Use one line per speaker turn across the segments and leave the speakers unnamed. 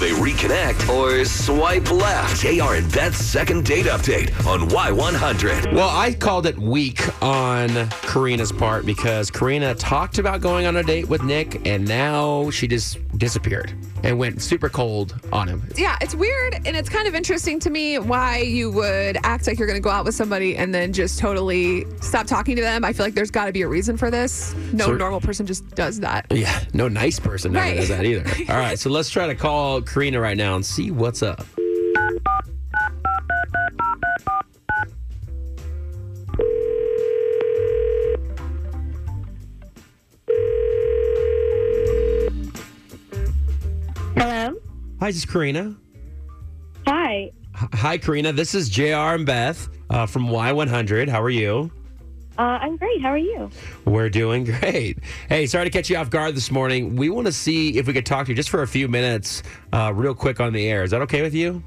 they reconnect or swipe left. JR and Beth's second date update on Y100.
Well, I called it weak on Karina's part because Karina talked about going on a date with Nick and now she just disappeared and went super cold on him.
Yeah, it's weird and it's kind of interesting to me why you would act like you're going to go out with somebody and then just totally stop talking to them. I feel like there's got to be a reason for this. No
So-
normal person just does that.
Yeah, no nice person never
Right.
does that either. All right, so let's try to call Karina right now and see what's up.
Hello.
Hi, this is Karina.
Hi.
H- Hi, Karina. This is JR and Beth uh, from Y100. How are you?
Uh, I'm great. How are you?
We're doing great. Hey, sorry to catch you off guard this morning. We want to see if we could talk to you just for a few minutes, uh, real quick on the air. Is that okay with you?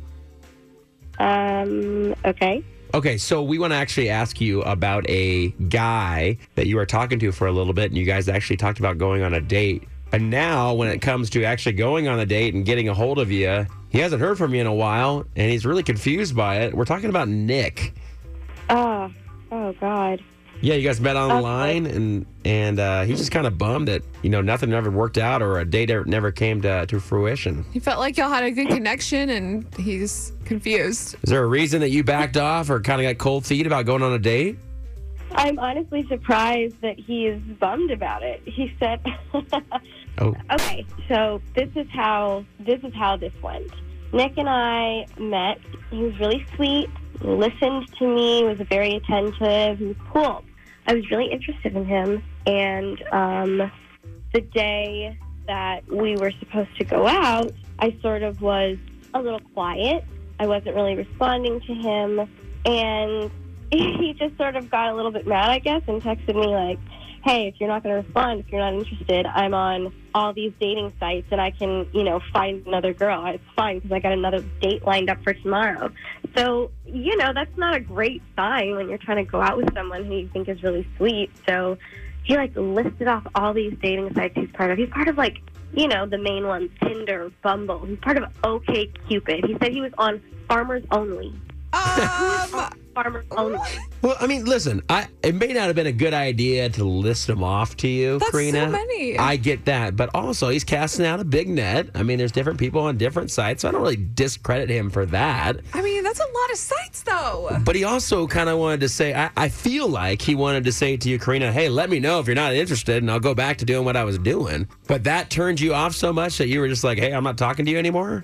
Um. Okay.
Okay, so we want to actually ask you about a guy that you were talking to for a little bit, and you guys actually talked about going on a date. And now, when it comes to actually going on a date and getting a hold of you, he hasn't heard from you in a while, and he's really confused by it. We're talking about Nick.
Oh. Oh God.
Yeah, you guys met online, and and uh, he's just kind of bummed that you know nothing ever worked out or a date ever, never came to, to fruition.
He felt like y'all had a good connection and he's confused.
Is there a reason that you backed off or kind of got cold feet about going on a date?
I'm honestly surprised that he is bummed about it. He said,
Oh,
"Okay, so this is how this is how this went. Nick and I met. He was really sweet. Listened to me. Was very attentive. He was cool. I was really interested in him. And um, the day that we were supposed to go out, I sort of was a little quiet. I wasn't really responding to him. And he just sort of got a little bit mad, I guess, and texted me, like, hey, if you're not going to respond, if you're not interested, I'm on all these dating sites and I can, you know, find another girl. It's fine because I got another date lined up for tomorrow. So, you know, that's not a great sign when you're trying to go out with someone who you think is really sweet. So he, like, listed off all these dating sites he's part of. He's part of, like, you know, the main ones Tinder, Bumble. He's part of OK Cupid. He said he was on Farmers Only.
Um,
Farmers Only.
Well, I mean, listen, I it may not have been a good idea to list them off to you,
That's so
Karina.
many.
I get that, but also he's casting out a big net. I mean, there's different people on different sites, so I don't really discredit him for that.
I mean, that's a lot of sites though.
But he also kind of wanted to say, I, I feel like he wanted to say to you, Karina, hey, let me know if you're not interested, and I'll go back to doing what I was doing. But that turned you off so much that you were just like, hey, I'm not talking to you anymore.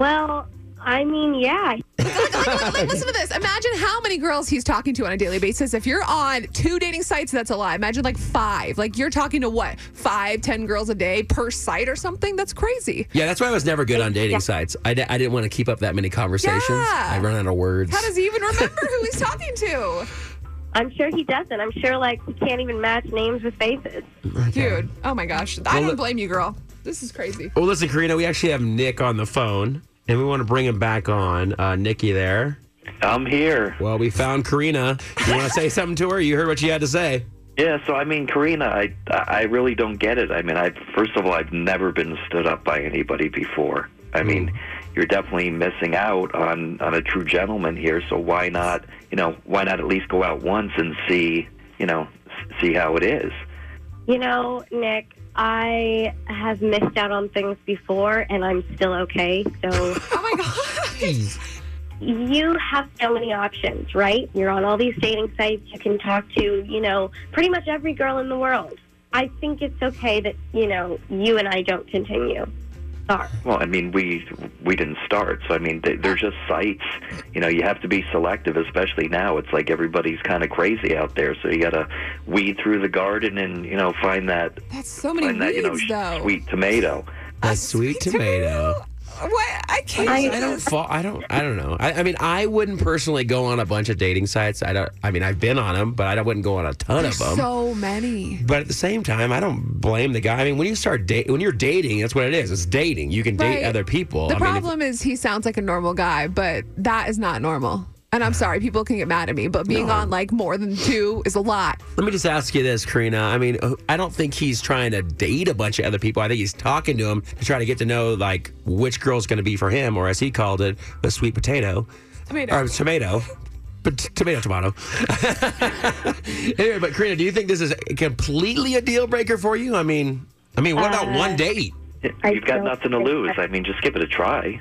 Well, I mean, yeah.
Like, listen to this. Imagine how many girls he's talking to on a daily basis. If you're on two dating sites, that's a lot. Imagine like five. Like you're talking to what? Five, ten girls a day per site or something? That's crazy.
Yeah, that's why I was never good on dating
Yeah.
sites. I, d- I didn't want to keep up that many conversations.
Yeah.
I run out of words.
How does he even remember who he's talking to?
I'm sure he doesn't. I'm sure, like, he can't even match names with faces.
Dude, oh my gosh. I
Well, uh,
don't blame you, girl. This is crazy.
Well, listen, Karina, we actually have Nick on the phone, and we want to bring him back on. Uh, Nikki there.
I'm here.
Well, we found Karina. You want to say something to her? You heard what she had to say.
Yeah, so I mean, Karina, I I really don't get it. I mean, I first of all, I've never been stood up by anybody before. I mean, you're definitely missing out on on a true gentleman here. So why not, you know, why not at least go out once and see, you know, s- see how it is.
You know, Nick, I have missed out on things before, and I'm still okay. So
Oh my gosh.
you have so many options, right? You're on all these dating sites. You can talk to, you know, pretty much every girl in the world. I think it's okay that, you know, you and I don't continue. Sorry.
Well, I mean, we we didn't start, so I mean, they, they're just sites. You know, you have to be selective, especially now. It's like everybody's kind of crazy out there, so you got to weed through the garden and you know find that
That's so many
find
weeds,
that you know
though.
sweet tomato.
A sweet tomato.
What? I can't.
I-
I don't fall. I don't. I don't know. I, I mean, I wouldn't personally go on a bunch of dating sites. I don't. I mean, I've been on them, but I wouldn't go on a ton
There's
of them.
so many.
But at the same time, I don't blame the guy. I mean, when you start date, when you're dating, that's what it is. It's dating. You can date
Right.
other people.
The
I mean, if-
problem is he sounds like a normal guy, but that is not normal. And I'm sorry, people can get mad at me, but being on like more than two is a lot.
Let me just ask you this, Karina. I mean, uh, I don't think he's trying to date a bunch of other people. I think he's talking to him to try to get to know like which girl's going to be for him, or as he called it, the sweet potato,
Tomato.
or tomato, but t- tomato, tomato. anyway, but Karina, do you think this is completely a deal breaker for you? I mean, I mean, what about one date?
I
You've got
don't
nothing to
think
lose.
I-
I mean, just give it a try.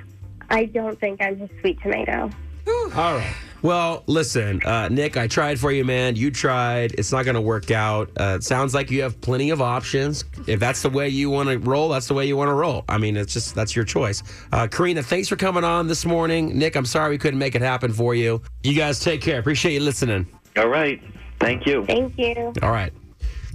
I don't think I'm a sweet tomato.
All right. Well, listen, uh, Nick, I tried for you, man. You tried. It's not going to work out. Uh, it sounds like you have plenty of options. If that's the way you want to roll, that's the way you want to roll. I mean, it's just, that's your choice. Uh, Karina, thanks for coming on this morning. Nick, I'm sorry we couldn't make it happen for you. You guys take care. Appreciate you listening.
All right. Thank you.
Thank you.
All right.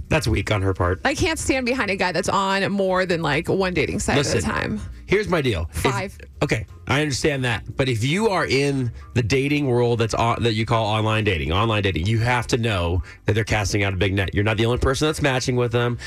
That's weak on her part.
I can't stand behind a guy that's on more than like one dating site
Listen.
at a time.
Here's my deal. If-
Five.
okay, I understand that, but if you are in the dating world that's on, that you call online dating, online dating, you have to know that they're casting out a big net. You're not the only person that's matching with them.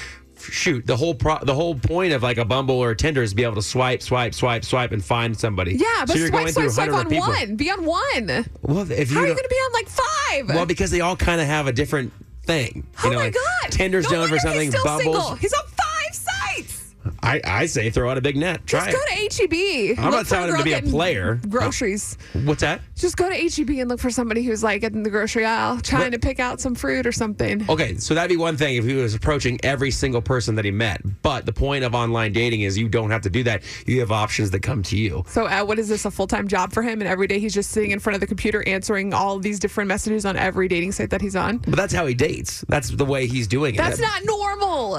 Shoot, the whole pro- the whole point of like a Bumble or a Tinder is to be able to swipe, swipe, swipe, swipe, and find somebody.
Yeah, but
so you're
swipe,
going
swipe,
through
swipe
100
on
people.
one. Be on one.
Well, if you
How are you
don't-
going to be on like five?
well, because they all kind of have a different thing.
oh
you know,
my
like
God.
Tinder's
no
known
wonder
for something.
He's still
Bumbles.
single. He's on five sites.
I I say throw out a big net. Try
Just go to HEB.
I'm
Look
not
for
telling him
girl
to be a
getting
player.
Groceries.
it. What's that?
Just go to HEB and look for somebody who's like in the grocery aisle trying to pick out some fruit or something.
Okay, so that'd be one thing if he was approaching every single person that he met. But the point of online dating is you don't have to do that. You have options that come to you.
So, uh, what is this? A full time job for him? And every day he's just sitting in front of the computer answering all these different messages on every dating site that he's on.
But that's how he dates. That's the way he's doing it.
That's
That-
not normal.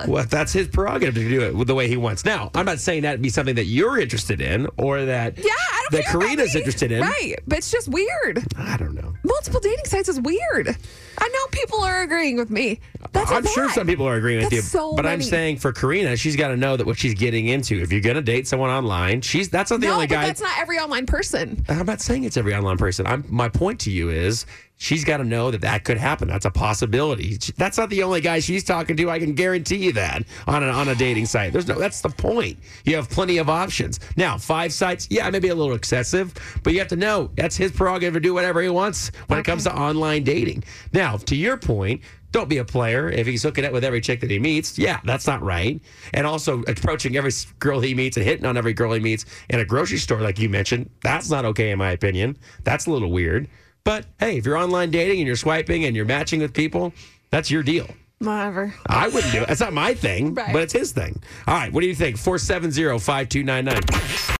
Well, that's his prerogative to do it with the way he wants. Now, I'm not saying that'd be something that you're interested in or that
Yeah, I don't
that
care about
Karina's
me.
interested in.
Right, but it's just weird.
I don't know.
Multiple dating sites is weird. I know people are agreeing with me. That's
I'm sure
bad.
some people are agreeing with
That's
you,
so
but I'm
many.
saying for Karina, she's got to know that what she's getting into. If you're going to date someone online, she's that's not the
no,
only
but
guy.
that's not every online person.
I'm not saying it's every online person. I'm, my point to you is she's got to know that that could happen. That's a possibility. She- That's not the only guy she's talking to. I can guarantee you that on a, on a dating site. There's no. That's the point. You have plenty of options now. Five sites. Yeah, maybe a little excessive, but you have to know that's his prerogative to do whatever he wants when it comes to online dating. Now, to your point. Don't be a player. If he's hooking up with every chick that he meets, yeah, that's not right. And also approaching every s- girl he meets and hitting on every girl he meets in a grocery store, like you mentioned, that's not okay, in my opinion. That's a little weird. But hey, if you're online dating and you're swiping and you're matching with people, that's your deal.
Whatever.
I wouldn't do it. That's not my thing,
Right.
but it's his thing. All right, what do you think? 470 5299.